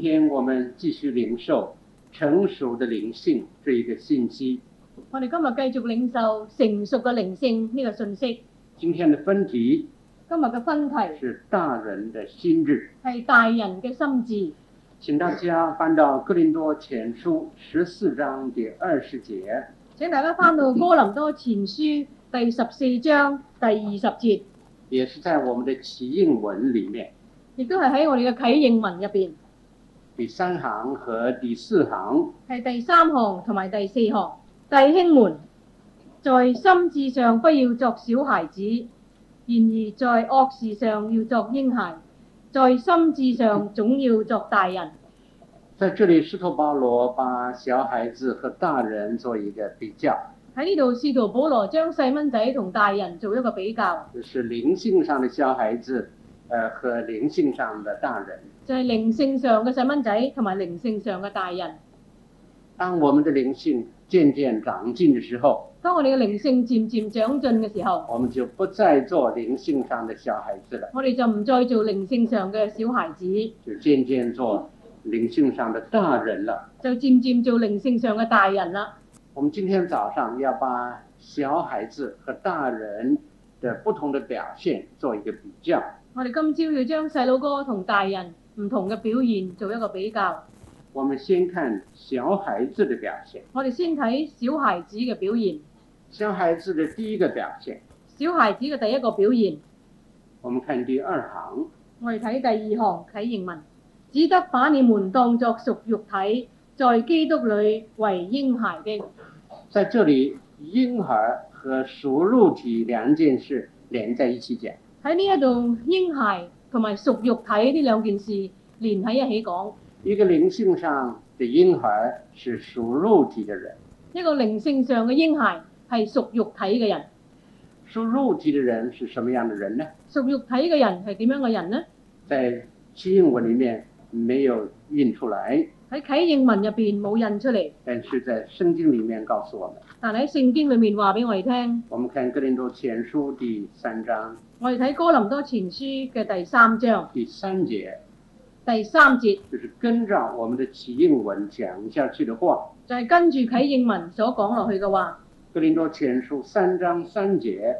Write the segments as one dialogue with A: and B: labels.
A: 天我们继续领受成熟的灵性这一个信息。
B: 我哋今日繼續領受成熟嘅靈性呢個信息。
A: 今天的分题
B: 今日嘅分題
A: 是大人的心智，
B: 係大人嘅心智。
A: 请大家翻到《哥林多前书》十四章第二十节。
B: 請大家翻到哥林多前書第十四章第二十節，
A: 也是在我们的起印文里面
B: 亦都係喺我哋嘅啟應文入邊，
A: 第三行和第四行，
B: 係第三行同埋第四行。弟兄們，在心智上不要作小孩子，然而在惡事上要作嬰孩，在心智上總要作大人。
A: 在这里，使徒保罗把小孩子和大人做一个比较，
B: 喺呢度，試圖保羅將細蚊仔同大人做一個比較，
A: 就是灵性上的小孩子，呃，和灵性上的大人。
B: 就係、靈性上嘅細蚊仔同埋靈性上嘅大人。
A: 当我们的灵性渐渐长进的时候，
B: 當我哋嘅靈性漸漸長進嘅時候，
A: 我们就不再做灵性上的小孩子了，
B: 我哋就唔再做靈性上嘅小孩子，
A: 就渐渐做灵性上的大人了。
B: 就漸漸做靈性上嘅大人啦。
A: 我们今天早上要把小孩子和大人的不同的表现做一个比较。
B: 我哋今朝要將細佬哥同大人唔同嘅表現做一個比較。
A: 我们先看小孩子的表现。
B: 我哋先睇小孩子嘅表現。
A: 小孩子的第一个表现，
B: 小孩子嘅第一個表現。
A: 我们看第二行，
B: 我哋睇第二行啟應文，只得把你們當作屬肉體，在基督裏為嬰孩的。
A: 在这里婴儿和熟肉体两件事连在一起讲。
B: 喺呢一度，嬰孩同埋屬肉體呢兩件事連喺一起講。
A: 一个灵性上的婴儿是属肉体的人，
B: 一個靈性上嘅嬰孩係屬肉體嘅人，
A: 属肉体的人是什么样的人呢？
B: 屬肉體嘅人係點樣嘅人呢？
A: 在七印文里面没有印出来，
B: 喺啟應文入邊冇印出嚟，
A: 但是在圣经里面告诉我们。
B: 但喺聖經裏面話俾我哋聽。
A: 我们看《哥林多前书》第三章
B: 我哋睇哥林多前書嘅第三章
A: 第三节，
B: 第三節，
A: 就是跟着我们的起印文讲下去的话，
B: 就係、跟住啟應文所講落去嘅話。
A: 《格林多前书》三章三节，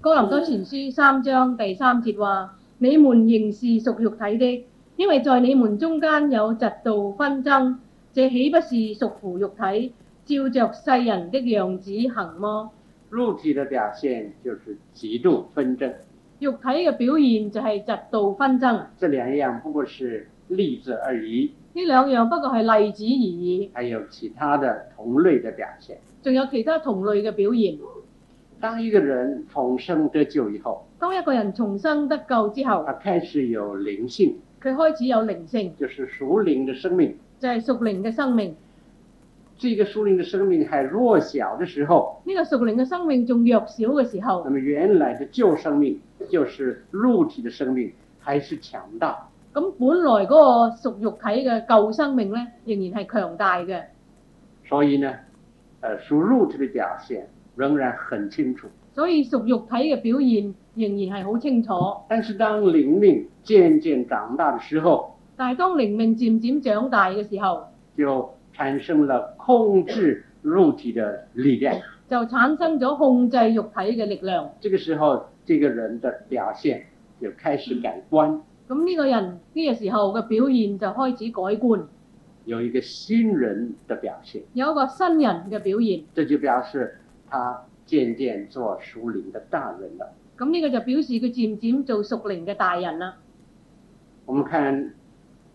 B: 哥林多前書三章第三節話：你們仍是屬肉體的，因為在你們中間有嫉妒紛爭，這豈不是屬乎肉體，照着世人的樣子行麼？
A: 肉体的表现就是极度纷争，
B: 肉體嘅表現就係嫉妒紛爭，呢
A: 这两样不过是例子而已，
B: 兩樣不過係例子而已，
A: 还有其他的同类的表现。
B: 仲有其他同類嘅表現。
A: 当一个人重生得救以后，
B: 當一個人重生得救之後，
A: 他开始有灵性，
B: 佢開始有靈性，
A: 就是属灵的生命。
B: 就係、屬靈嘅生命。
A: 这个属灵的生命还弱小的时候，
B: 呢、個屬靈嘅生命仲弱小嘅時候
A: 那。么原来的旧生命，就是肉体的生命，还是强大。
B: 咁本來嗰個屬肉體嘅舊生命咧，仍然係強大嘅，
A: 所以呢，呃，属肉体的表现仍然很清楚。
B: 所以屬肉體嘅表現仍然係好清楚。
A: 但是当灵命渐渐长大的时候，
B: 但係當靈命漸漸長大嘅時候，
A: 就产生了控制肉体的力量。
B: 就產生咗控制肉體嘅力量。
A: 这个时候，这个人的表现就开始改观，
B: 咁呢個人呢個時候嘅表現就開始改觀，
A: 有一个新人的表现。
B: 有一個新人嘅表現。
A: 这就表示他渐渐做属灵的大人了。
B: 咁呢個就表示佢漸漸做屬靈嘅大人啦。
A: 我们看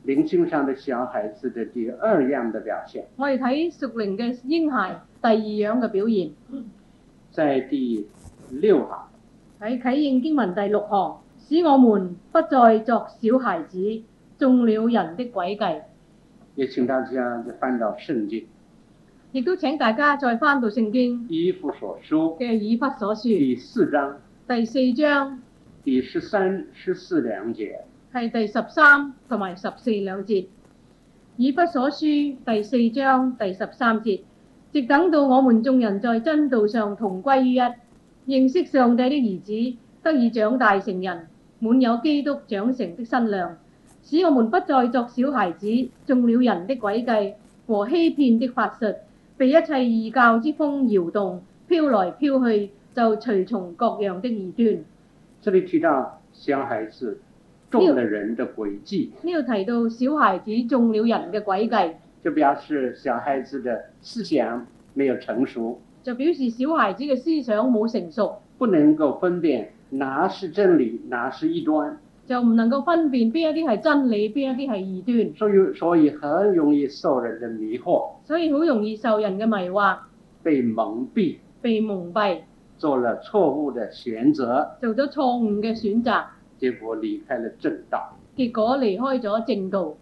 A: 灵性上的小孩子的第二样的表现，
B: 我哋睇屬靈嘅嬰孩第二樣嘅表現，
A: 在第六行。
B: 喺啟應經文第六項，使我們不再作小孩子，中了人的詭計。
A: 也请大家再翻到圣经《
B: 亦都請大家再翻到聖經
A: 以弗所书》
B: 嘅以弗所書
A: 第四章
B: 第四章，
A: 第十三、十四两节，
B: 係第十三同埋十四兩節。以弗所書第四章第十三節，直等到我們眾人在真道上同歸於一，認識上帝的兒子，得以長大成人，滿有基督長成的身量。使我們不再作小孩子，中了人的詭計和欺騙的法術，被一切異教之風搖動，飄來飄去，就隨從各樣的異端。
A: 这里提到小孩子中了人的诡计，
B: 呢度提到小孩子中了人嘅詭計，
A: 就表示小孩子的思想没有成熟，
B: 就表示小孩子嘅思想冇成熟，
A: 不能够分辨哪是真理，哪是异端，
B: 就唔能夠分辨邊一啲係真理，邊一啲係異端，
A: 所以所以很容易受人的迷惑，
B: 所以好容易受人嘅迷惑，
A: 被蒙蔽，
B: 被蒙蔽，
A: 做了错误的选择，
B: 做咗錯誤嘅選擇，
A: 结果离开了正道。
B: 結果離開咗正道。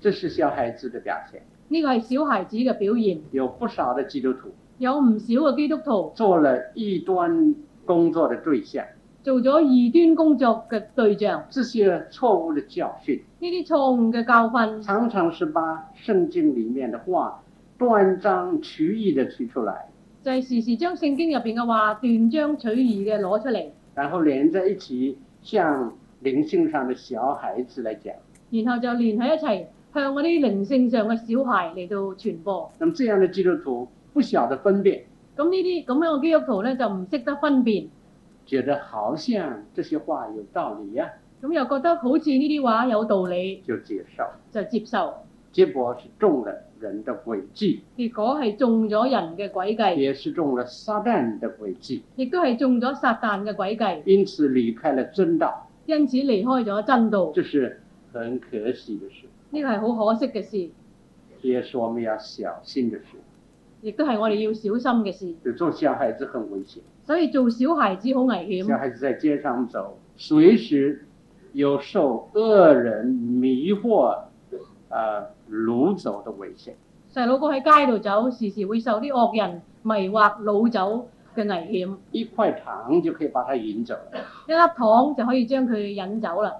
A: 这是小孩子的表现。
B: 呢個係小孩子嘅表現，
A: 有不少的基督徒
B: 有唔少嘅基督徒
A: 做了异端工作的对象，
B: 做咗異端工作嘅對象。
A: 这些错误的教训
B: 呢啲錯誤嘅教訓，
A: 常常是把圣经里面的话断章取义的提出来，
B: 就係時時將聖經入邊嘅話斷章取義嘅攞出嚟，
A: 然后连在一起，向灵性上的小孩子来讲。
B: 然後就連喺一齊向嗰啲靈性上嘅小孩嚟到傳播。
A: 那么这样的基督徒不晓得分辨，
B: 咁呢啲咁樣嘅基督徒咧就唔識得分辨，
A: 觉得好像这些话有道理呀、
B: 咁又覺得好似呢啲話有道理
A: 就接受，
B: 就接受，
A: 结果是中了人的诡计，
B: 結果係中咗人嘅詭計，
A: 也是中了撒旦的诡计，
B: 亦都係中咗撒旦嘅詭計，
A: 因此离开了真道。
B: 因此離開咗真道。
A: 这是很可喜的事，
B: 呢個係好可惜嘅事，
A: 也是我们要小心的事。
B: 亦都係我哋要小心嘅事。
A: 就做小孩子很危险，
B: 所以做小孩子好危
A: 小
B: 險，
A: 孩子在街上走，随时有受恶人迷惑、呃掳走的危险。
B: 細佬哥喺街度走，時時會受啲惡人迷惑、老走嘅危險。
A: 一块糖就可以把他引走了。
B: 一粒糖就可以將佢引走啦。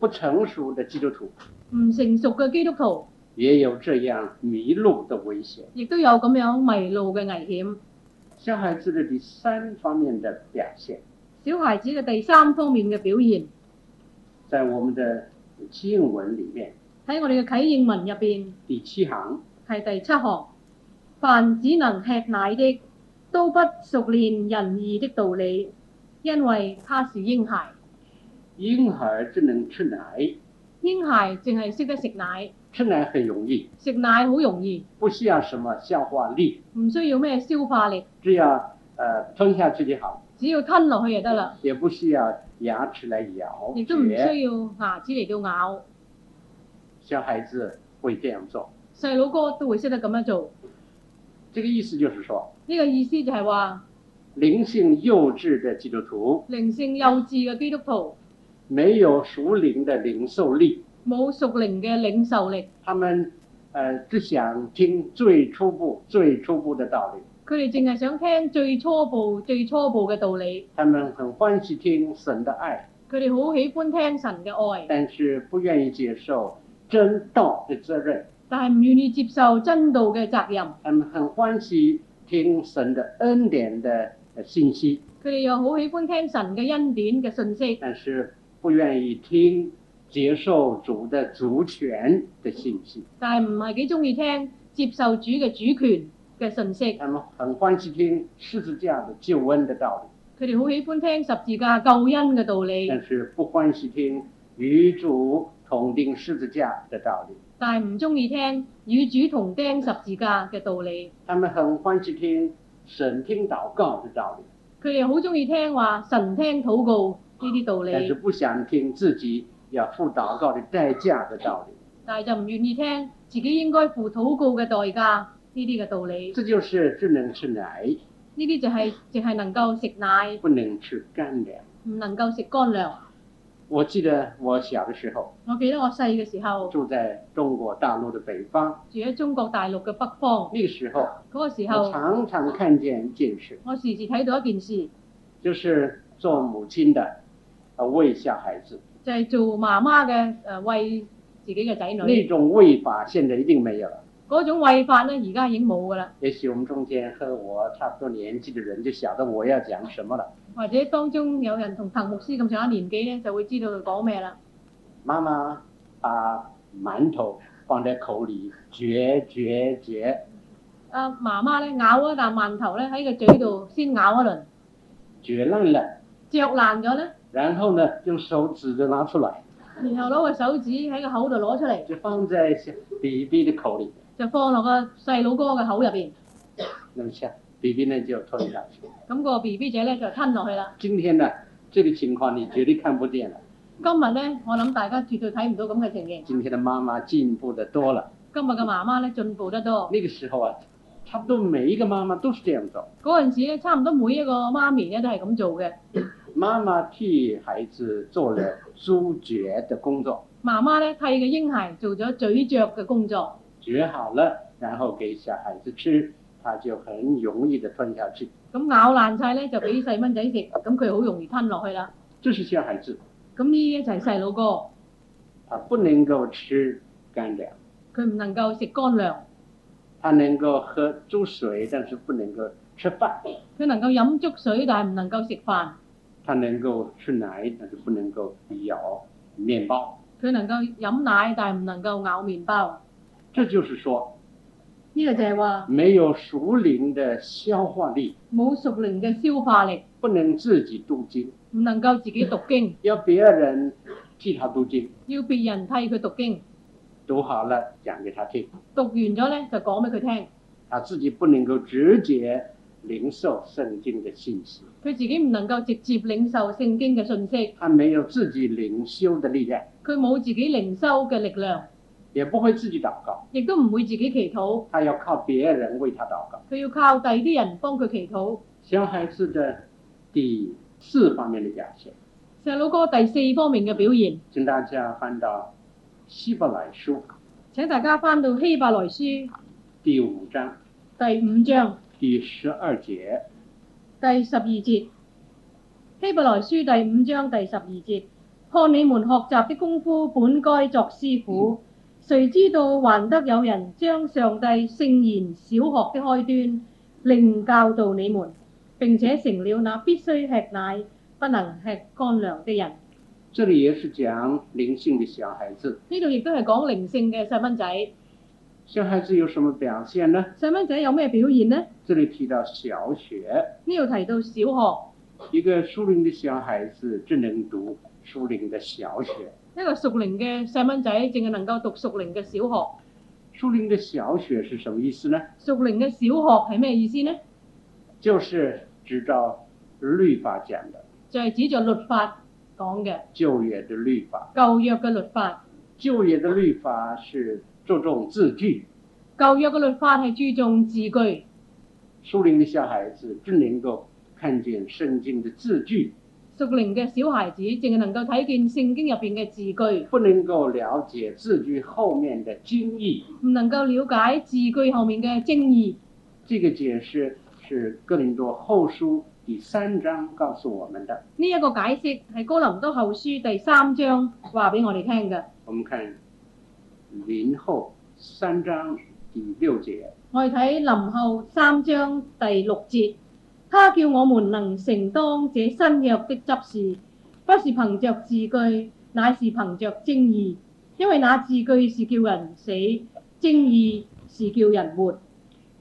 A: 不成熟的基督徒
B: 唔成熟嘅基督徒
A: 也有这样迷路的危险。
B: 亦都有咁樣迷路嘅危險。
A: 小孩子的第三方面的表现，
B: 小孩子嘅第三方面嘅表現
A: 在我们的启应文里面
B: 喺我哋嘅啟應文入邊
A: 第七行，
B: 係第七項，凡只能吃奶的，都不熟練仁義的道理，因為他是嬰孩。
A: 婴儿只能吃奶，
B: 嬰孩淨係識得食奶，
A: 吃奶很容易，
B: 食奶好容易，
A: 不需要什么消化力，
B: 唔需要咩消化力，
A: 只要呃吞下去就好，
B: 只要吞落去就得啦，
A: 也不需要牙齿来咬
B: 亦都唔需要
A: 嚼。
B: 牙齒嚟到咬。
A: 小孩子会这样做，
B: 細佬哥都會識得咁樣做。
A: 这个意思就是说，
B: 呢個意思就係話
A: 灵性幼稚的基督徒
B: 靈性幼稚嘅基督徒
A: 没有熟灵的领受力，
B: 冇屬靈嘅領受力，
A: 他们呃只想听最初步、最初步的道理，
B: 佢哋淨係想聽最初步、最初步嘅道理，
A: 他们很欢喜听神的爱，
B: 佢哋好喜歡聽神嘅愛，
A: 但是不愿意接受真道的责任。
B: 但係唔願意接受真道嘅責任。
A: 他们很欢喜听神的恩典的呃信息，
B: 佢哋又好喜歡聽神嘅恩典嘅信息，
A: 但是不愿意听接受主的主权的信息。
B: 但係唔係幾中意聽接受主嘅主權嘅信息。
A: 他们很欢喜听十字架的救恩的道
B: 佢哋好喜歡聽十字架救恩嘅道
A: 理，
B: 理，
A: 但是不欢喜听与主同钉十字架的道理。
B: 但係唔中意聽與主同釘十字架嘅道理。
A: 他们很欢喜听神听祷告的道理，
B: 佢哋好中意聽話神聽禱告呢啲道
A: 但是
B: 理，
A: 不想听自己要付祷告的代价的道理。
B: 但係就唔願意聽自己應該付禱告嘅代價呢啲嘅道理。
A: 这就是只能吃奶，
B: 呢啲就係淨係能夠食奶，
A: 不能吃干粮。
B: 唔能夠食乾糧。
A: 我记得我小的时候
B: 我記得我細嘅時候
A: 住在中國大陸的北方，
B: 住喺中國大陸嘅北方，
A: 那个时候
B: 嗰、個時
A: 我
B: 候
A: 常常看見一件事，
B: 我時時睇到一件事，
A: 就是做母親的呃喂小孩子，
B: 就係、做媽媽嘅誒餵自己嘅仔
A: 那
B: 女
A: 种喂法現在一定沒有了。
B: 嗰種餵法呢，而家已經冇㗎啦。
A: 也許我們中間和我差不多年紀的人就曉得我要講什麼了。
B: 或者當中有人同滕牧師咁上下年紀呢，就會知道佢講咩啦。
A: 媽媽把馒头放在口里嚼嚼嚼，
B: 啊媽媽咧咬一啖饅頭咧喺個嘴度先咬一輪，
A: 嚼烂了，
B: 嚼爛咗咧，
A: 然后呢，用手指着拿出来，
B: 然後攞個手指喺個口度攞出嚟，
A: 就放在小 BB 的口里。
B: 就放落個細佬哥嘅口入邊。
A: 那么下 BB 呢就吞下去。
B: 咁、個 B B 仔咧就吞落去啦。
A: 今天呢，这个情况你绝对看不见了。
B: 今日咧，我諗大家絕對睇唔到咁嘅情形。
A: 今天的妈妈进步的多了。
B: 今日嘅媽媽咧進步得多，
A: 那个时候啊，差不多每一个妈妈都是这样做，
B: 嗰陣時咧差唔多每一個媽咪咧都係咁做嘅。
A: 妈妈替孩子做了咀嚼的工作，
B: 媽媽咧替嘅嬰孩做咗咀嚼嘅工作，
A: 嚼好了，然后给小孩子吃，他就很容易的吞下去。
B: 咁咬爛晒咧就俾細蚊仔食，咁佢好容易吞落去啦。
A: 这是小孩子，
B: 咁呢啲就係細佬哥，
A: 他不能够吃干粮，
B: 佢唔能夠食乾糧，
A: 他能够喝粥水，但是不能够吃饭。
B: 佢能夠飲粥水，但係唔能夠食飯。
A: 他能够吃奶，但是不能够咬面包。
B: 佢能夠飲奶，但係唔能夠咬麵包。
A: 这就是说，
B: 呢、個就係話
A: 没有熟龄的消化力，
B: 冇熟齡嘅消化力，
A: 不能自己读经，
B: 唔能夠自己讀經，
A: 要别人替他读经，
B: 要別人替佢讀經，
A: 读好了讲给他听，
B: 讀完咗咧就講俾佢聽。
A: 他自己不能够直接领受圣经的信息，
B: 佢自己唔能夠直接領受聖經嘅信息，
A: 他没有自己灵修的力量，
B: 佢冇自己靈修嘅力量，
A: 也不会自己祷告，
B: 亦都唔會自己祈禱，
A: 他要靠别人为他祷告。
B: 佢要靠第啲人幫佢祈禱。
A: 小孩子的第四方面的表现，
B: 細佬哥第四方面嘅表現，
A: 请大家翻到希伯来书
B: 請大家翻到希伯來書
A: 第五章
B: 第五章
A: 第十二节，
B: 第十二節。希伯來書第五章第十二節，看你們學習的功夫，本該作師傅。誰知道還得有人將上帝聖言小學的開端，另教導你們，並且成了那必須吃奶、不能吃乾糧的人。
A: 这里也是讲灵性的小孩子。
B: 呢度亦都係講靈性嘅細蚊仔。
A: 小孩子有什么表现呢？
B: 細蚊仔有咩表現呢？
A: 这里提到小学，
B: 呢度提到小學，
A: 一个熟龄的小孩子只能读熟龄的小学，
B: 一個屬靈嘅細蚊仔，淨係能夠讀屬靈嘅小學。
A: 熟龄的小学是什么意思呢？
B: 屬靈嘅小學係咩意思呢？
A: 就是指照律法讲的，
B: 就係指著律法講嘅
A: 旧约的律法。
B: 舊約嘅律法。
A: 旧约的律法是注重字句，
B: 舊約嘅律法係注重字句，
A: 熟龄的小孩子只能够看见圣经的字句，
B: 屬靈嘅小孩子淨係能夠睇見聖經入邊嘅字句，
A: 不能够了解字句后面的经义。
B: 唔能夠了解字句後面嘅精義。
A: 这个解释是哥林多后书第三章告诉我们的。
B: 呢、一個解釋係哥林多後書第三章話俾我哋聽嘅。
A: 我们看林后三章第六节，
B: 我哋睇林後三章第六節，他叫我們能承當這新約的執事，不是憑着字句，乃是憑着精義，因為那字句是叫人死，精義是叫人活。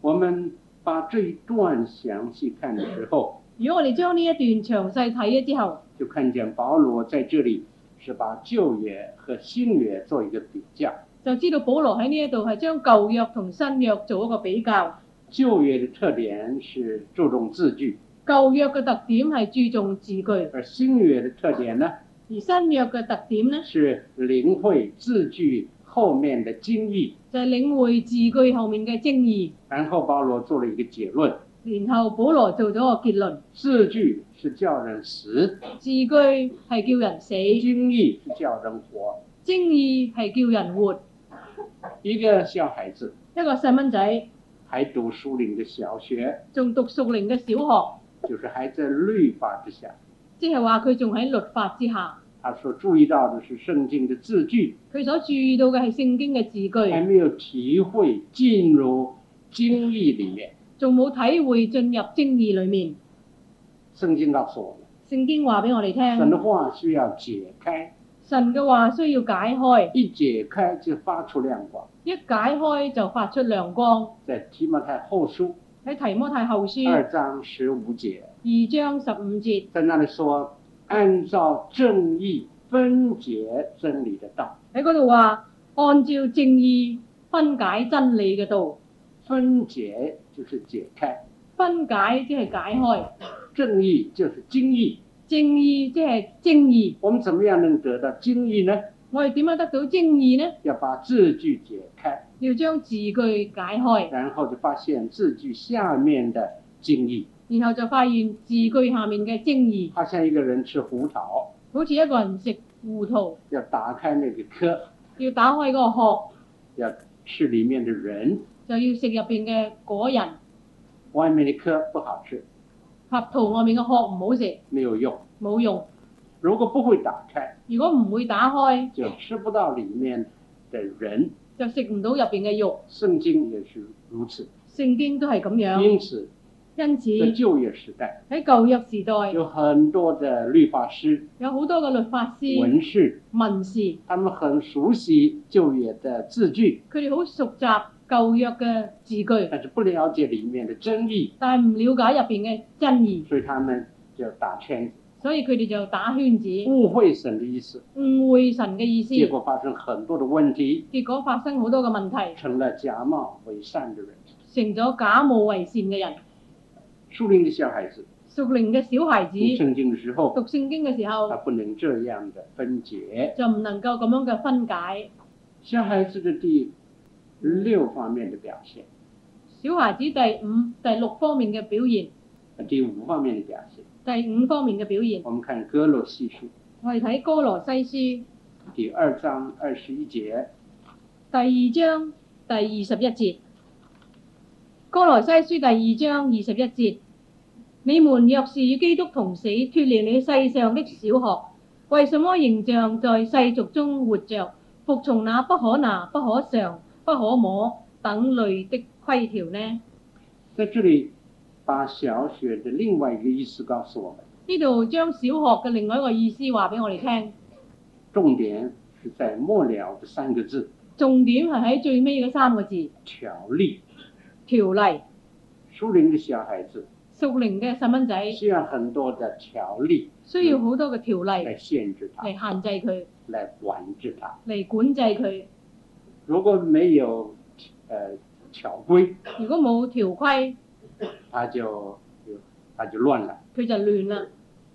A: 我们把这一段详细看的时候，
B: 如果我哋將呢一段詳細睇咗之後，
A: 就看见保罗在这里是把旧约和新约做一个比较。
B: 就知道保羅喺呢一度係將舊約同新約做一個比較。
A: 旧约的特点是注重字句，
B: 舊約嘅特點係注重字句，而
A: 而新約的特点呢
B: 新約嘅特點呢，
A: 是领会字句后面的精义。
B: 就係、領會字句後面嘅精義。
A: 然后保罗做了一个结论：
B: 然後保羅做咗個結論，
A: 字句是叫人死，
B: 字句係叫人死，
A: 精义是叫人活。
B: 精義係叫人活。
A: 一个小孩子
B: 一個細蚊仔
A: 还读书龄的小学，
B: 仲讀屬靈嘅小
A: 就是还在律法之下。
B: 學，即係話佢仲喺律法之下，
A: 他所注意到的是圣经的字句，
B: 佢所注意到嘅係聖經嘅字
A: 还
B: 句，
A: 没有体会进入经义里面。
B: 仲冇體會進入精義裡面。
A: 圣经告诉我们，
B: 聖經話俾我哋
A: 神的
B: 聽，
A: 话需要解开，
B: 神嘅話需要解開，
A: 一解开就发出亮光。
B: 一解開就發出亮光。
A: 在提摩太后书
B: 喺提摩太後書
A: 二章十五节，
B: 二章十五節
A: 在那里说，按照正义分解真理的道，
B: 喺嗰度話，按照正義分解真理嘅道，
A: 分解就是解开，
B: 分解即係解開，
A: 正义就是精义。
B: 正義即係正義。
A: 我们怎么样能得到精义呢？
B: 我哋點樣得到正義呢？
A: 要把字句解开，
B: 要將字句解開，
A: 然后就发现字句下面的精义。
B: 然後就發現字句下面嘅正義，
A: 好像一个人吃胡桃，
B: 好似一個人食糊塗，
A: 要打开那个壳，
B: 要打開嗰個殼，
A: 要吃里面的仁，
B: 就要食入邊嘅果仁。
A: 外面的壳不好吃，
B: 合桃外面嘅殼唔好食，
A: 没有用。
B: 冇用。
A: 如果不会打开，
B: 如果唔會打開，
A: 就吃不到里面的人。
B: 就食唔到入邊嘅肉。
A: 圣经也是如此。
B: 聖經都係咁樣，
A: 因此，
B: 因此
A: 在舊约时代，
B: 喺舊約時代
A: 有很多的律法师、
B: 有好多嘅律法師、
A: 文士，
B: 文士，
A: 他们很熟悉舊约的字句，
B: 佢哋好熟習舊約嘅字句，
A: 但是不了解里面的真意，
B: 但係唔了解入邊嘅真義，
A: 所以他们就打圈子，
B: 所以佢哋就打圈子，
A: 误会神的意思，
B: 誤會神嘅意思，
A: 结果發生很多的问题，
B: 結果發生好多嘅問題，
A: 成了假冒伪善的人。
B: 成咗假冒為善嘅人。
A: 树林的小孩子
B: 屬靈嘅小孩子
A: 读圣經的时候
B: 讀，聖經嘅時
A: 他
B: 候
A: 不能这样的分解。
B: 就唔能夠咁樣嘅分解。
A: 小孩子的第六方面的表现，
B: 小孩子第五、第六方面嘅表現，
A: 呃第五方面的表現，
B: 第五方面嘅表現，
A: 我們看哥罗西書
B: 我哋睇哥羅西
A: 第二章二十一節，
B: 書第二章第二十一節。哥羅西書第二章二十一節：你們若是與基督同死，脱離你世上的小學，為什麼仍像在世俗中活着，服從那不可拿、不可嘗、不可摸等類的規條呢？
A: 在這裡把小學的另外一個意思告訴我們，
B: 呢度將小學嘅另外一個意思話俾我哋聽，
A: 重點是在末了的三個字
B: 重點係喺最尾嗰三個字
A: ——條例。
B: 條例。
A: 書林的小孩子
B: 屬靈嘅細蚊仔
A: 需要很多的條例
B: 需要好多嘅條例
A: 來限制他
B: 嚟，限制佢，
A: 來管制他。
B: 嚟管制佢。
A: 如果沒有呃條規，
B: 如果冇條規，
A: 他就就他就亂了，
B: 佢就亂啦。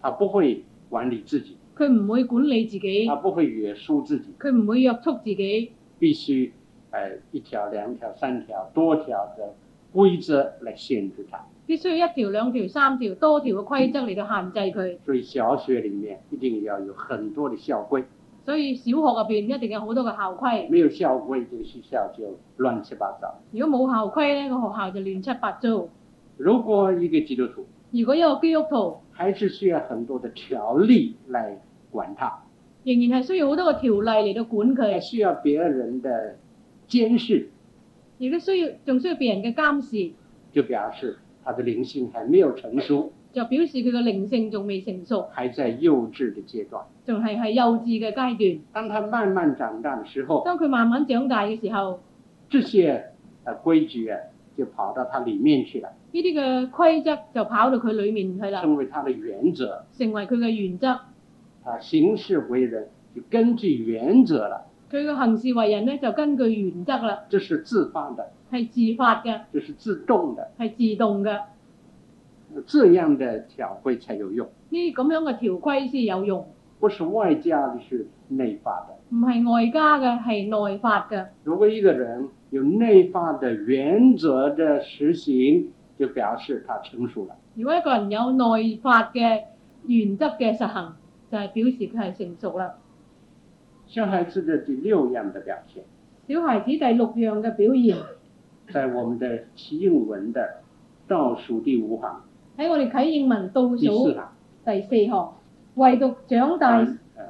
A: 他不會管理自己。
B: 佢唔會管理自己
A: 他，不会约束自己，
B: 佢唔會約束自己，
A: 必须呃一条、两条、三条、多条的规则来限制他。
B: 必須一條、兩條、三條、多條嘅規則嚟到限制佢。
A: 所以小学里面一定要有很多的校规，
B: 所以小學入邊一定有好多嘅校規。
A: 没有校规，这个学校就乱七八糟。
B: 如果冇校規呢，個學校就亂七八糟。
A: 如果一个基督徒
B: 如果一個基督徒
A: 还是需要很多的条例来管他，
B: 仍然係需要好多嘅條例嚟到管
A: 还
B: 佢，
A: 需要别人的监视，
B: 亦都需要仲需要別人嘅監視，
A: 就表示他的灵性还没有成熟，
B: 就表示佢嘅靈性仲未成熟，
A: 还在幼稚的阶段。
B: 仲係係幼稚嘅階段。
A: 当他慢慢长大的时候，
B: 當佢慢慢長大嘅時候，
A: 这些呃规矩啊，就跑到它里面去了，
B: 呢啲嘅規則就跑到佢裡面去啦，
A: 成为它的原则。
B: 成為佢嘅原則。
A: 啊，行事为人就根据原则了，
B: 佢嘅行事為人呢，就根據原則啦，
A: 这是自发的，
B: 係自發嘅，
A: 这是自动的，
B: 係自動嘅。
A: 这样的条规才有用，
B: 呢啲咁樣嘅條規先有用，
A: 不是外加的，是内发的。
B: 唔係外加嘅，係內發嘅。
A: 如果一个人有内发的原则的实行，就表示他成熟了。
B: 如果一個人有內發嘅原則嘅實行，就係、表示佢係成熟啦。
A: 小孩子的第六样的表现，
B: 小孩子第六樣嘅表現
A: 在我们的奇应文的倒数第五行
B: 喺我哋啟應文倒
A: 第四
B: 數
A: 行。
B: 第四項，唯獨長大
A: 凡呃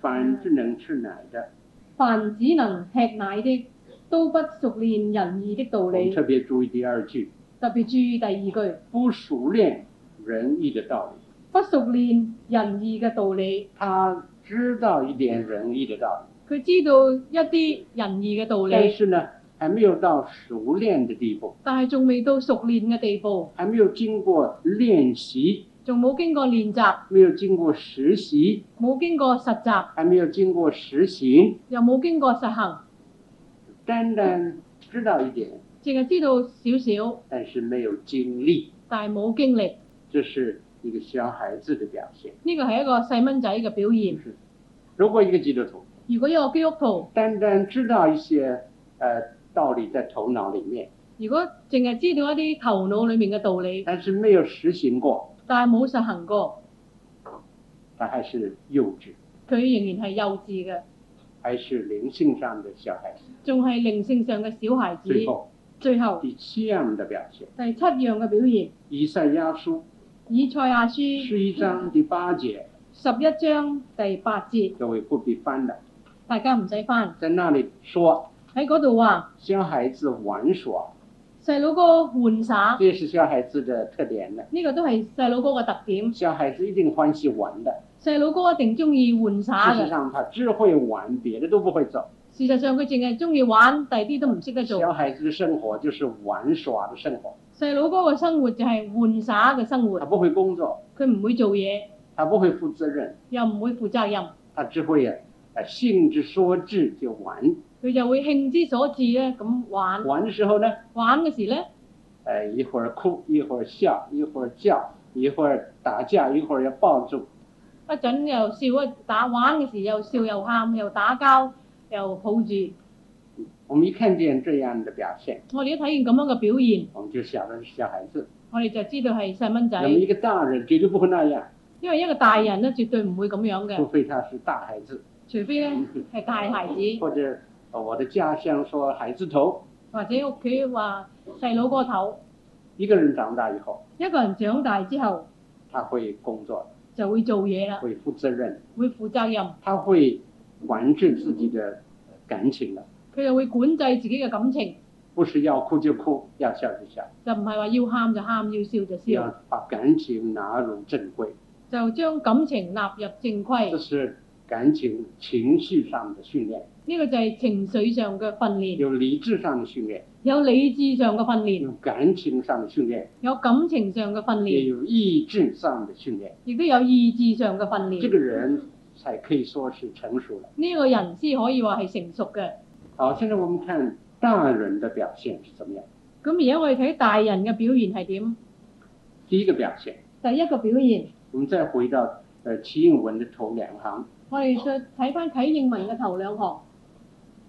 A: 凡是能吃奶的，
B: 凡只能吃奶的，都不熟練仁義的道
A: 我们
B: 理
A: 特。别注意第二句，
B: 特別注意第二句，
A: 不熟练仁义的道理。
B: 不熟練仁義嘅道理。
A: 他知道一点仁义的道
B: 佢知道一啲仁義嘅道
A: 理，但
B: 理，
A: 是呢，还没有到熟练的地步，
B: 但係仲未到熟練嘅地步，
A: 还没有经過練習，
B: 仲冇經過練習，
A: 沒有經過實習，
B: 冇經過實習，
A: 還沒有經過實行，
B: 又冇經過實行，
A: 单单知道一点，
B: 淨係知道少少，
A: 但是沒有經歷，
B: 但係冇經歷。
A: 这是一個小孩子的表現。
B: 呢個係一個細蚊仔嘅表現。
A: 如果一個基督徒
B: 如果一個基督徒，
A: 单单知道一些呃道理在頭腦裡面，
B: 如果淨係知道一啲頭腦裡面嘅道理，
A: 但是沒有實行過，
B: 但係冇實行過，
A: 他還是幼稚，
B: 佢仍然係幼稚嘅，
A: 還是靈性上的小孩子。
B: 仲係靈性上嘅小孩子。
A: 最後
B: 最後
A: 第七樣的表現，
B: 第七樣嘅表現，
A: 以賽亞書
B: 以賽亞書
A: 十一章第八節，
B: 十一章第八節，
A: 各位不必翻了，
B: 大家唔使翻
A: 在那裡說
B: 喺嗰度話
A: 小孩子玩耍，
B: 細佬哥玩 耍，
A: 這是小孩子的特點呢。
B: 呢、個都係細佬哥嘅特點。
A: 小孩子一定歡喜玩的，
B: 細佬哥一定中意玩耍
A: 事實
B: 嘅，
A: 上他只會玩，別的都不會做。
B: 事實上佢淨係中意玩，第二啲都唔識得做。
A: 小孩子的生活就是玩耍的生活，
B: 細佬哥嘅生活就係玩耍嘅生活
A: 他，不會工作，
B: 佢唔會做嘢，
A: 他不會負責任，
B: 又唔會負責任，
A: 他只會呃興之所至就玩。
B: 佢就會興之所至咧咁玩。
A: 玩的時候呢，
B: 玩嘅時咧，
A: 呃，一會兒哭，一會兒笑，一會兒叫，一會兒打架，一會兒要抱住，
B: 一陣又笑一打，玩嘅時又笑又喊又打交又抱住。
A: 我們一看見這樣的表現，
B: 我哋一睇見咁樣嘅表現，
A: 我們就想到是小孩子。
B: 我哋就知道係細蚊
A: 那麼一
B: 仔，
A: 個大人絕對不會那樣，
B: 因為一個大人咧絕對唔會咁樣
A: 除
B: 嘅，
A: 非他是大孩子，
B: 除非咧係大孩子
A: 或者呃我的家鄉說孩子頭。
B: 或者屋企話細佬哥頭。
A: 一個人長大以後，
B: 一個人長大之後
A: 他會工作，
B: 就會做嘢啦，
A: 會負責任，
B: 會負責任，
A: 他會管制自己的呃感情了，
B: 佢就會管制自己嘅感情，
A: 不是要哭就哭，要笑就笑，
B: 就唔係話要喊就喊，要笑就笑。
A: 要把感情拿入正軌，
B: 就將感情納入正
A: 這
B: 規，
A: 是感情情緒上的訓練。
B: 呢、個就係情緒上嘅訓練，
A: 有理智上的訓練，
B: 有理智上嘅訓練，
A: 有感情上的訓練，
B: 有感情上嘅訓
A: 也
B: 練，
A: 有意志上的訓練，
B: 亦都有意志上嘅訓
A: 這
B: 練。
A: 個人才可以說是成熟了。
B: 呢、個人先可以話係成熟嘅。
A: 好，現在我們看大人的表現是怎麼樣。
B: 咁而家我哋睇大人嘅表現係點？
A: 第一個表現，
B: 第一個表現，
A: 我們再回到呃齊應文的頭兩行，
B: 我哋再睇翻啟應文嘅頭兩行。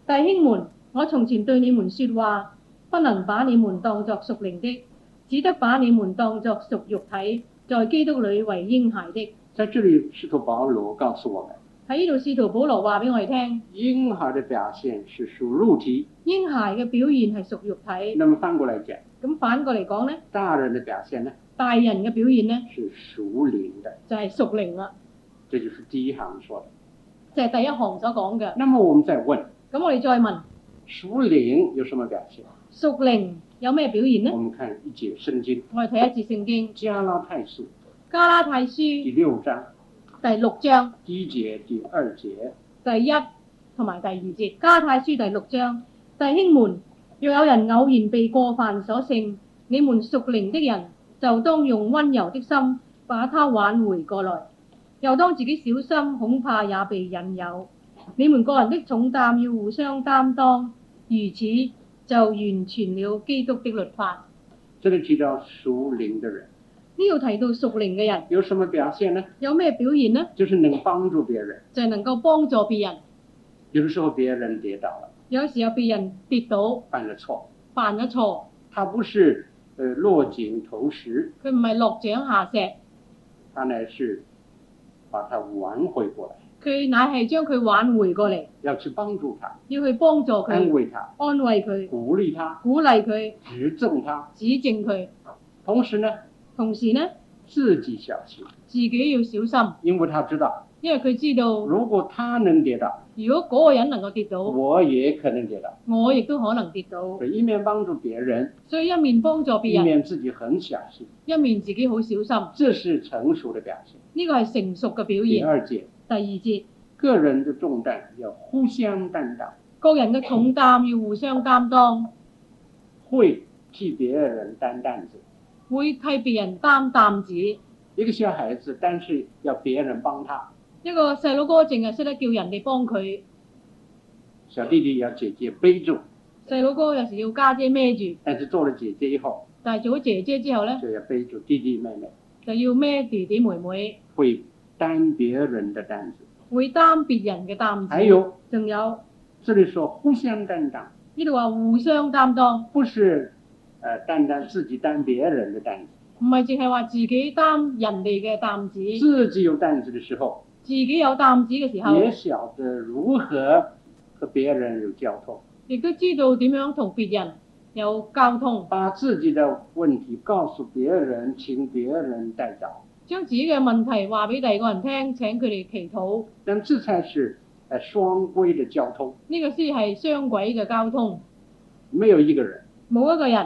B: 弟兄們，我從前對你們説話，不能把你們當作屬靈的，只得把你們當作屬肉體，在基督裏為嬰孩的。
A: 在這裡，使徒保羅告訴我們，
B: 喺呢度，使徒保羅話俾我哋聽，
A: 嬰孩的表現是屬肉體。
B: 嬰孩嘅表現係屬肉體。
A: 那麼反過來講，
B: 咁反過嚟講呢，
A: 大人的表現呢
B: 大人嘅表現呢，
A: 是屬靈的，
B: 就係、屬靈啦，
A: 這就是第一行說的。
B: 就係、第一行所講嘅。
A: 那麼我們再問，
B: 咁我哋再問
A: 屬靈有什麼表現？
B: 屬靈有咩表現
A: 我
B: 呢？
A: 們看一節聖經，
B: 我哋睇一節聖
A: 《
B: 經
A: 加拉太書》
B: 加拉太
A: 第
B: 書
A: 六章
B: 第六章
A: 第一節、第二節。
B: 第一同埋第二節。加拉太書第六章，弟兄們，若有人偶然被過犯所勝，你們屬靈的人就當用温柔的心把他挽回過來，又當自己小心，恐怕也被引誘。你們個人的重擔要互相擔當，如此就完全了基督的律法。
A: 這裡提到屬靈的人
B: 呢度提到屬靈嘅人
A: 有什麼表現呢？
B: 有咩表現呢？
A: 就是能幫助別人。
B: 就係、能夠幫助別人。
A: 有的時候別人跌倒了，
B: 有時候別人跌倒
A: 犯了錯，
B: 犯咗錯，
A: 他不是呃落井投石，
B: 佢唔係落井下石，
A: 他呢是把他挽回過來，
B: 佢乃係將佢挽回過嚟，
A: 要去幫助他、
B: 要去幫助
A: 安
B: 佢、
A: 慰他、
B: 安慰佢、
A: 鼓勵他、
B: 鼓勵佢、
A: 指正他。
B: 指正佢。
A: 同時呢，
B: 同時呢，
A: 自己小心，
B: 自己要小心，
A: 因為他知道，
B: 因為佢知道，
A: 如果他能跌倒，
B: 如果嗰個人能夠跌倒，
A: 我也可能跌倒。
B: 我亦都可能跌倒。
A: 所以一面幫助別人，
B: 所以一面幫助
A: 一
B: 別人，
A: 面自己很小心，
B: 一面自己好小心，
A: 這是成熟的表現。
B: 呢個係成熟嘅表
A: 第
B: 現。
A: 二節，
B: 第二節，
A: 个人的重担要互相担当，
B: 各人嘅重擔要互相擔當，
A: 会替别人担担子。
B: 會替別人擔擔子。一
A: 一个小孩子，但是要别人帮他；
B: 個細佬哥淨係識得叫人哋幫佢，
A: 小弟弟要姐姐背住，
B: 細佬哥有時要家姐孭住，
A: 但是做了姐姐以后
B: 但係做咗姐姐之後呢，
A: 就要背住弟弟妹妹，
B: 就要孭弟弟妹妹，
A: 会担别人的担子。
B: 會擔別人嘅擔
A: 还
B: 子。
A: 有
B: 仲有
A: 这里说互相担当，
B: 呢度話互相擔當，
A: 不是呃担当自己担别人的担子，
B: 唔係淨係話自己擔人哋嘅擔子，
A: 自己有担子的时候，
B: 自己有擔子嘅時候
A: 也，晓得如何和别人有交通，
B: 亦都知道點樣同別人有交通，
A: 把自己的问题告诉别人，请别人代祷。
B: 將自己嘅問題話俾第二個人聽，請佢哋祈禱。
A: 但这才是呃双规的交通，
B: 呢、個先係雙軌嘅交通，
A: 没有一个人
B: 冇一個人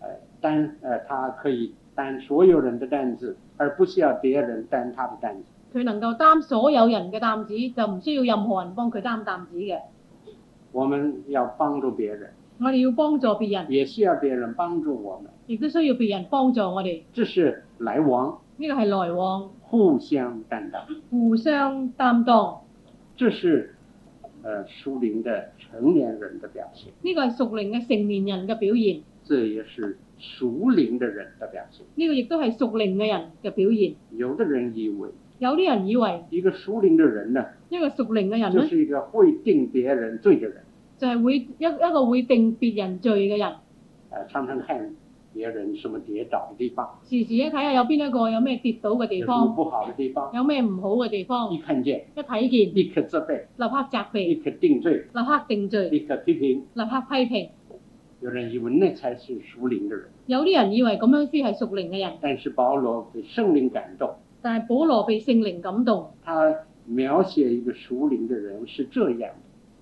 A: 呃担呃他可以担所有人的担子，而不需要别人担他的担子。
B: 佢能夠擔所有人嘅擔子，就唔需要任何人幫佢擔擔子嘅。
A: 我们要帮助别人，
B: 我哋要幫助別人，
A: 也需要别人帮助我们，
B: 亦都需要別人幫助我哋。
A: 这是来往
B: 呢個係來往，
A: 互相担当，
B: 互相擔當。
A: 这是呃熟龄的成年人的表现，
B: 呢、個係熟齡嘅成年人嘅表現，
A: 这也是熟龄的人的表现。
B: 呢、個亦都係熟齡嘅人嘅表現。
A: 有的人以为
B: 有啲人以為
A: 一个熟龄的人呢，
B: 一個熟齡嘅人
A: 就
B: 呢，
A: 是一个会定别人罪的人。
B: 就係、會一一個會定別人罪嘅人，
A: 呃，常常看别人什么跌倒的地方，
B: 時時一睇下有邊一個有咩跌倒嘅地
A: 有什么
B: 方，
A: 不好的地方，
B: 有咩唔好嘅地方，
A: 一看见
B: 一睇見
A: 立刻责备，
B: 立刻責備
A: 立。刻定罪，
B: 立刻定罪，
A: 立刻批评。
B: 立刻批評。
A: 有人以为那才是熟龄的人，
B: 有啲人以為咁樣先係屬靈嘅人，
A: 但是保罗被圣灵感动，
B: 但係保羅被聖靈感動，
A: 他描写一个熟龄的人是这样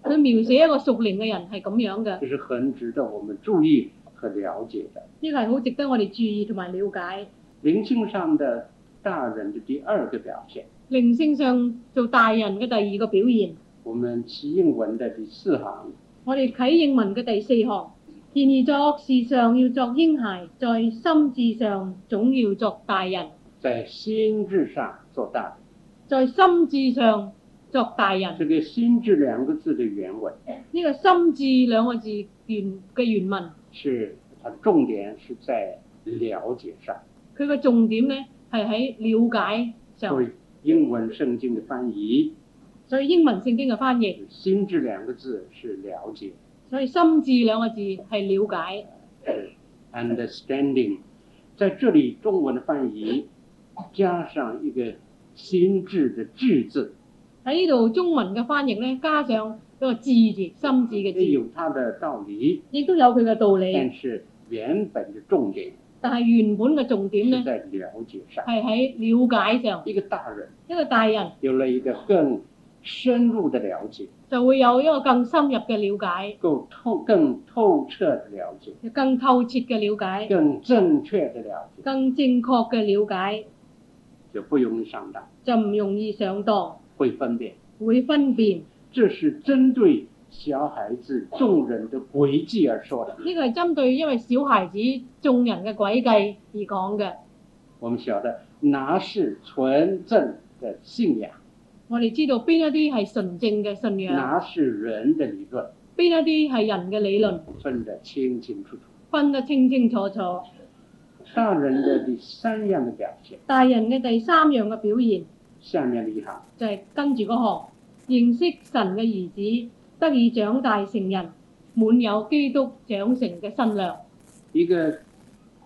B: 佢描寫一個屬靈嘅人係咁樣
A: 的，
B: 嘅，
A: 这是很值得我们注意和了解的。
B: 呢個係好值得我哋注意同埋了解。
A: 灵性上的大人的第二个表现，
B: 靈性上做大人嘅第二個表現，
A: 我们其应文的第四行，
B: 我哋啟應文嘅第四項，然而作惡事上要作嬰孩，在心智上總要作大人，
A: 在心智上做大人。
B: 在心智上作大人。
A: 这个“心智”两个字的原文。
B: 呢、個心智兩個字原嘅原文，
A: 是它的重点是在了解上，
B: 佢嘅重點呢係喺了解上
A: 所。以英文圣经的翻译
B: 所以英文聖經嘅翻譯，
A: “心智”两个字是了解
B: 所以心智兩個字係了解。
A: （understanding）。在这里，中文的翻译加上一个“心智”的“智”字，
B: 喺呢度中文嘅翻譯咧，加上一個智字，心智嘅
A: 也
B: 智，
A: 有它的道理，
B: 亦都有佢嘅道理
A: 但。是原本的重点
B: 但係原本嘅重點
A: 是
B: 咧，
A: 在了解上。
B: 係喺了解上。
A: 一个大人
B: 一個大人
A: 有了一个更深入的了解，
B: 就會有一個更深入嘅了解，
A: 够透、更透彻的了解，
B: 更透徹嘅了解，
A: 更正确的了解。
B: 更正確嘅了解，
A: 就不容易上当，
B: 就唔容易上當，
A: 会分辨。
B: 會分辨。
A: 这是针对小孩子众人的诡计而说的。
B: 呢個係針對因為小孩子眾人嘅詭計而講嘅。
A: 我们晓得哪是纯正的信仰，
B: 我哋知道邊一啲係純正嘅信仰。
A: 哪是人的理论，
B: 邊一啲係人嘅理論，
A: 分得清清楚楚。
B: 分得清清楚楚。
A: 大人的第三样的表现，
B: 大人嘅第三樣嘅表現
A: 下面的一行，
B: 就係、跟住個行，認識神嘅兒子，得以長大成人，滿有基督長成嘅身量。
A: 一个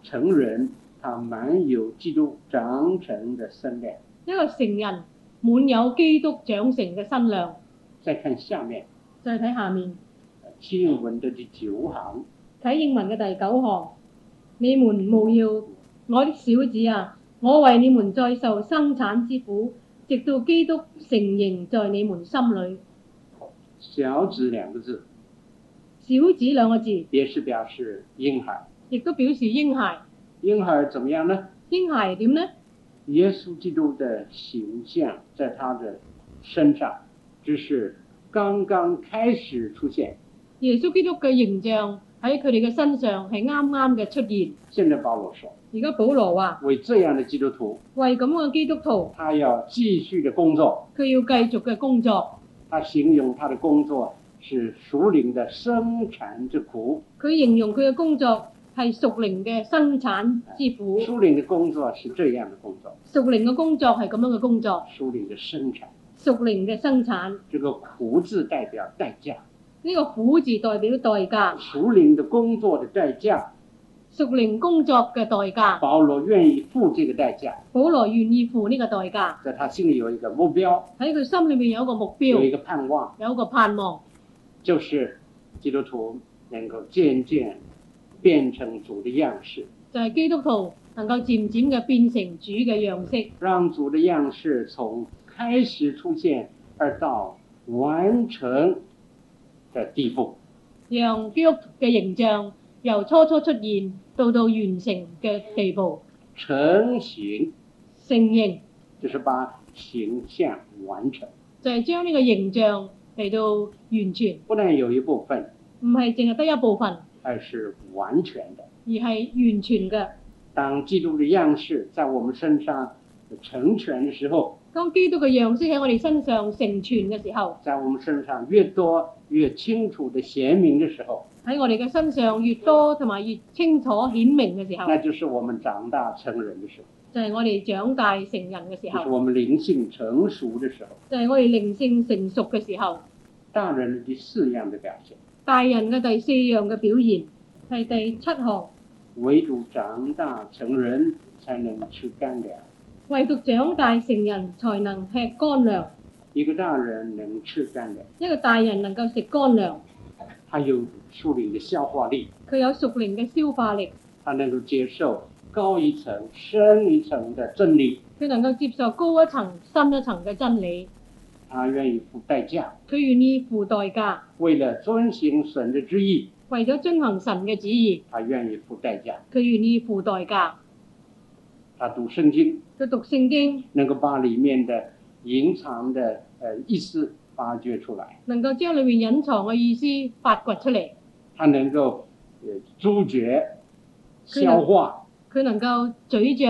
A: 成人他满有基督长成的身量。
B: 一個成人滿有基督長成嘅身量。
A: 再看下面，
B: 再睇下面
A: 呃七应文的第九行，
B: 睇英文嘅第九項，你們務要我的小子啊，我為你們再受生產之苦，直到基督成形在你們心裏。
A: 小子两个字
B: 小子兩個字。
A: 也是表示婴孩。
B: 亦都表示嬰孩。
A: 婴儿怎么样呢？
B: 嬰孩點呢？
A: 耶稣基督的形象在他的身上只是刚刚开始出现，
B: 耶穌基督嘅形象喺佢哋嘅身上係啱啱嘅出現。
A: 现在保罗说，
B: 而家保羅話：
A: 为这样的基督徒，
B: 為咁嘅基督徒，
A: 他要继续的工作。
B: 佢要繼續嘅工作。
A: 他形容他的工作是属灵的生产之苦，
B: 佢形容佢嘅工作係屬靈嘅生產之苦。
A: 属灵的工作是这样的工作，
B: 屬靈嘅工作係咁樣嘅工作，
A: 属灵的生产。
B: 屬靈嘅生產。
A: 这个“苦”字代表代价，
B: 呢、個苦字代表代價，
A: 属灵的工作的代价。
B: 屬靈工作嘅代價。
A: 保罗愿意付这个代价，
B: 保羅願意付呢個代價，
A: 在他心里有一个目标，
B: 喺佢心裏面有一個目
A: 有一
B: 標，
A: 个盼望，
B: 有一個盼望，
A: 就是基督徒能够渐渐变成主的样式，
B: 就係、基督徒能夠漸漸嘅變成主嘅樣式，
A: 让主的样式从开始出现而到完成的地步。
B: 讓基督嘅形象由初初出現到到完成嘅地步，
A: 成形
B: 承認
A: 就是把形象完成，
B: 就係將呢個形象嚟到完全，
A: 不但有一部分，
B: 唔係淨係得一部分，而
A: 而是完全的。
B: 係完全嘅。
A: 当基督的样式在我们身上成全的时候，
B: 當基督嘅樣式喺我哋身上成全嘅時候，
A: 在我们身上越多越清楚的显明的时候，
B: 喺我哋嘅身上越多同埋越清楚顯明嘅時候，
A: 那就是我们长大成人的时候，
B: 就係我哋長大成人嘅時
A: 就是
B: 候，
A: 我们灵性成熟的时候。
B: 就係我哋靈性成熟嘅時候。
A: 大人的第四样的表现，
B: 大人嘅第四樣嘅表現係第七項，
A: 唯独长大成人才能吃干粮。
B: 唯獨長大成人才能吃乾糧。
A: 一个大人能吃干粮，
B: 一個大人能夠食乾糧，
A: 他有树林的消化力，
B: 佢有熟齡嘅消化力，
A: 他能够接受高一层、深一层的真理，
B: 佢能夠接受高一層、深一層嘅真理，
A: 他愿意付代价，
B: 佢願意付代價，
A: 为了遵行神的旨意，
B: 為咗遵行神嘅旨意，
A: 他愿意付代价。
B: 佢願意付代價。
A: 他读圣经，
B: 佢讀聖經，
A: 能够把里面的隐藏的呃意思发掘出来，
B: 能夠將裏面隱藏嘅意思發掘出嚟，
A: 他能够呃咀嚼、
B: 是的
A: 消化、
B: 佢能夠咀嚼、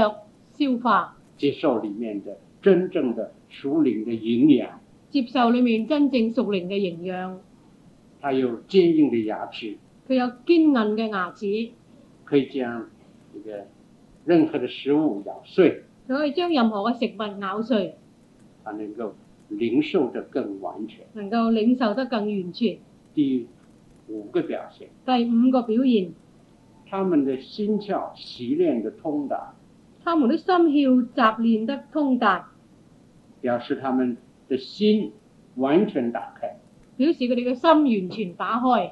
B: 消化，
A: 接受里面的真正的熟灵的营养。
B: 接受裏面真正熟齡嘅營養。
A: 他有坚硬的牙齿，
B: 佢有堅韌嘅牙齒，
A: 可以将这个呃任何的食物咬碎，
B: 佢可以將任何嘅食物咬碎，
A: 他能够零售的更完全。
B: 能夠領受得更完全。
A: 第五个表现，
B: 第五個表現，
A: 他们的心窍习练的通达，
B: 他們的心竅習練得通達，
A: 表示他们的心完全打开。
B: 表示佢哋嘅心完全打開，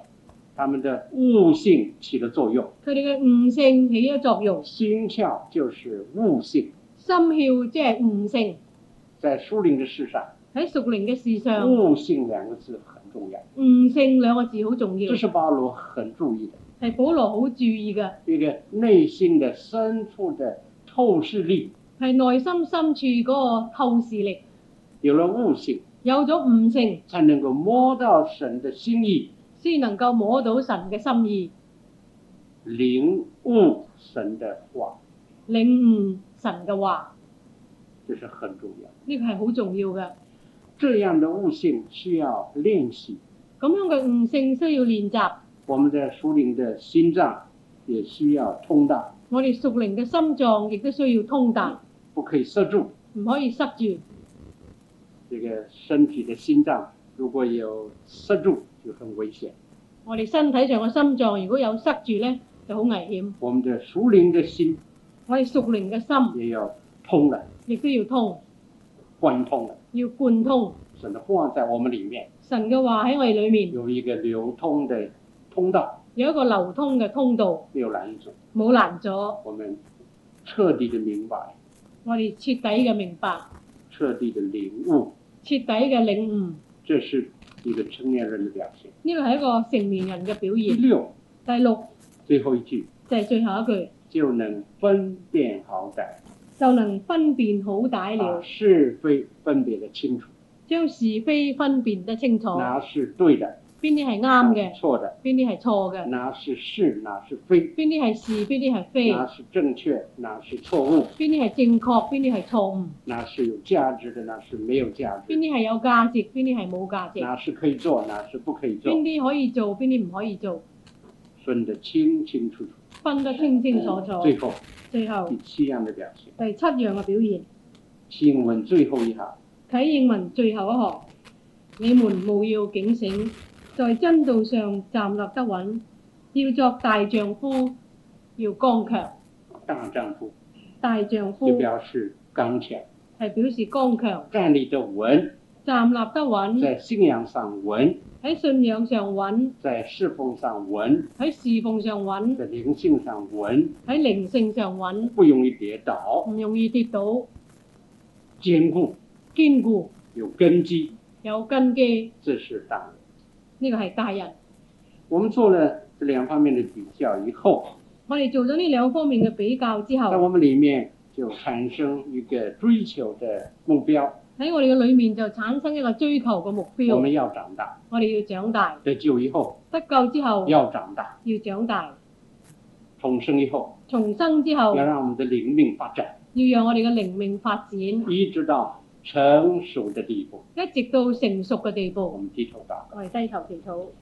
A: 他们的悟性起了作用。
B: 佢哋嘅悟性起咗作用。
A: 心窍就是悟性，
B: 心竅即係悟性，
A: 在书灵的事上，
B: 喺屬靈嘅事上，
A: 悟性兩個字很重要，
B: 悟性兩個字好重要
A: 这，是保罗很注意的
B: 係保羅好注意嘅，
A: 一个内心的深处的透视力。
B: 係內心深處嗰個透視力，
A: 有了悟性，
B: 有咗悟性，
A: 才能够摸到神的心意，
B: 先能夠摸到神嘅心意，
A: 领悟神的话，
B: 領悟神嘅話。
A: 这是很重要。
B: 呢個係好重要嘅。
A: 这样的悟性需要练习，
B: 咁樣嘅悟性需要練習，
A: 我们的属灵的心脏也需要通达，
B: 我哋熟靈嘅心臟亦都需要通達，
A: 不可以塞住。
B: 唔可以塞住。
A: 这个身体的心脏如果有塞住，就很危险。
B: 我哋身體上嘅心臟如果有塞住呢，就好危險。
A: 我们的熟灵的心
B: 我哋熟靈嘅心
A: 也要通了，
B: 亦都要通，
A: 贯通了，
B: 要貫通。
A: 神的话在我们里面
B: 神嘅話喺我哋裏面
A: 有一个流通的通道，
B: 有一個流通嘅通道，
A: 没有拦阻。
B: 冇攔阻。
A: 我们彻底的明白，
B: 我哋徹底嘅明白，
A: 彻底的领悟，
B: 徹底嘅領悟，
A: 这是一个成年人的表现。
B: 呢個係一個成年人嘅表
A: 第
B: 現。
A: 六，
B: 第六
A: 最后一句
B: 就係、最後一句，
A: 就能分辨好歹，哎
B: 就能分辨好歹
A: 把
B: 了，
A: 是非分别的清楚。
B: 將是非分辨得清楚，
A: 哪是对的，
B: 邊啲係
A: 哪
B: 啱
A: 是
B: 嘅，
A: 错的，
B: 邊啲係錯嘅，
A: 哪是是，哪是非，
B: 邊啲係是，邊啲係非，
A: 哪是正确，哪是错误，
B: 邊啲係正確，邊啲係錯誤，
A: 哪是有价值的，哪是没有价值
B: 邊
A: 的，
B: 啲係有價值，邊啲係冇價值，
A: 哪是可以做，哪是不可以
B: 邊
A: 做，
B: 啲可以做，邊啲唔可以做，
A: 分得清清楚楚。哎
B: 分得清清楚楚。
A: 最后
B: 最後
A: 第七样的表现，
B: 第七樣嘅表現。
A: 新英文最后一行，
B: 啟應文最後一行，你們務要警醒，在真道上站立得穩，要作大丈夫，要剛強。
A: 大丈夫
B: 大丈夫
A: 就表示刚强，
B: 係表示剛強，
A: 站立的稳，
B: 站立得穩，
A: 在信仰上稳，
B: 喺信仰上穩，
A: 在侍奉上稳，
B: 喺侍奉上穩，
A: 在灵性上稳，
B: 喺靈性上穩，
A: 不容易跌倒，
B: 唔容易跌倒，
A: 坚固
B: 堅固
A: 有根基，
B: 有根基。
A: 这是大人。
B: 呢、個係大人。
A: 我们做了这两方面的比较以后，
B: 我哋做咗呢兩方面嘅比較之
A: 在
B: 後，
A: 我们里面就产生一个追求的目标，
B: 喺我哋嘅裏面就產生一個追求嘅目
A: 我
B: 標。
A: 们要长大，
B: 我哋要長大，
A: 得救以后
B: 得救之後。
A: 要长大，
B: 要長大，
A: 重生以后
B: 重生之後
A: 要讓我們的灵命发展，
B: 要讓我哋嘅靈命發展，一
A: 一直到成熟的地步。
B: 直到成熟嘅地
A: 我
B: 步。
A: 们低头祷告。
B: 我哋低頭祈禱。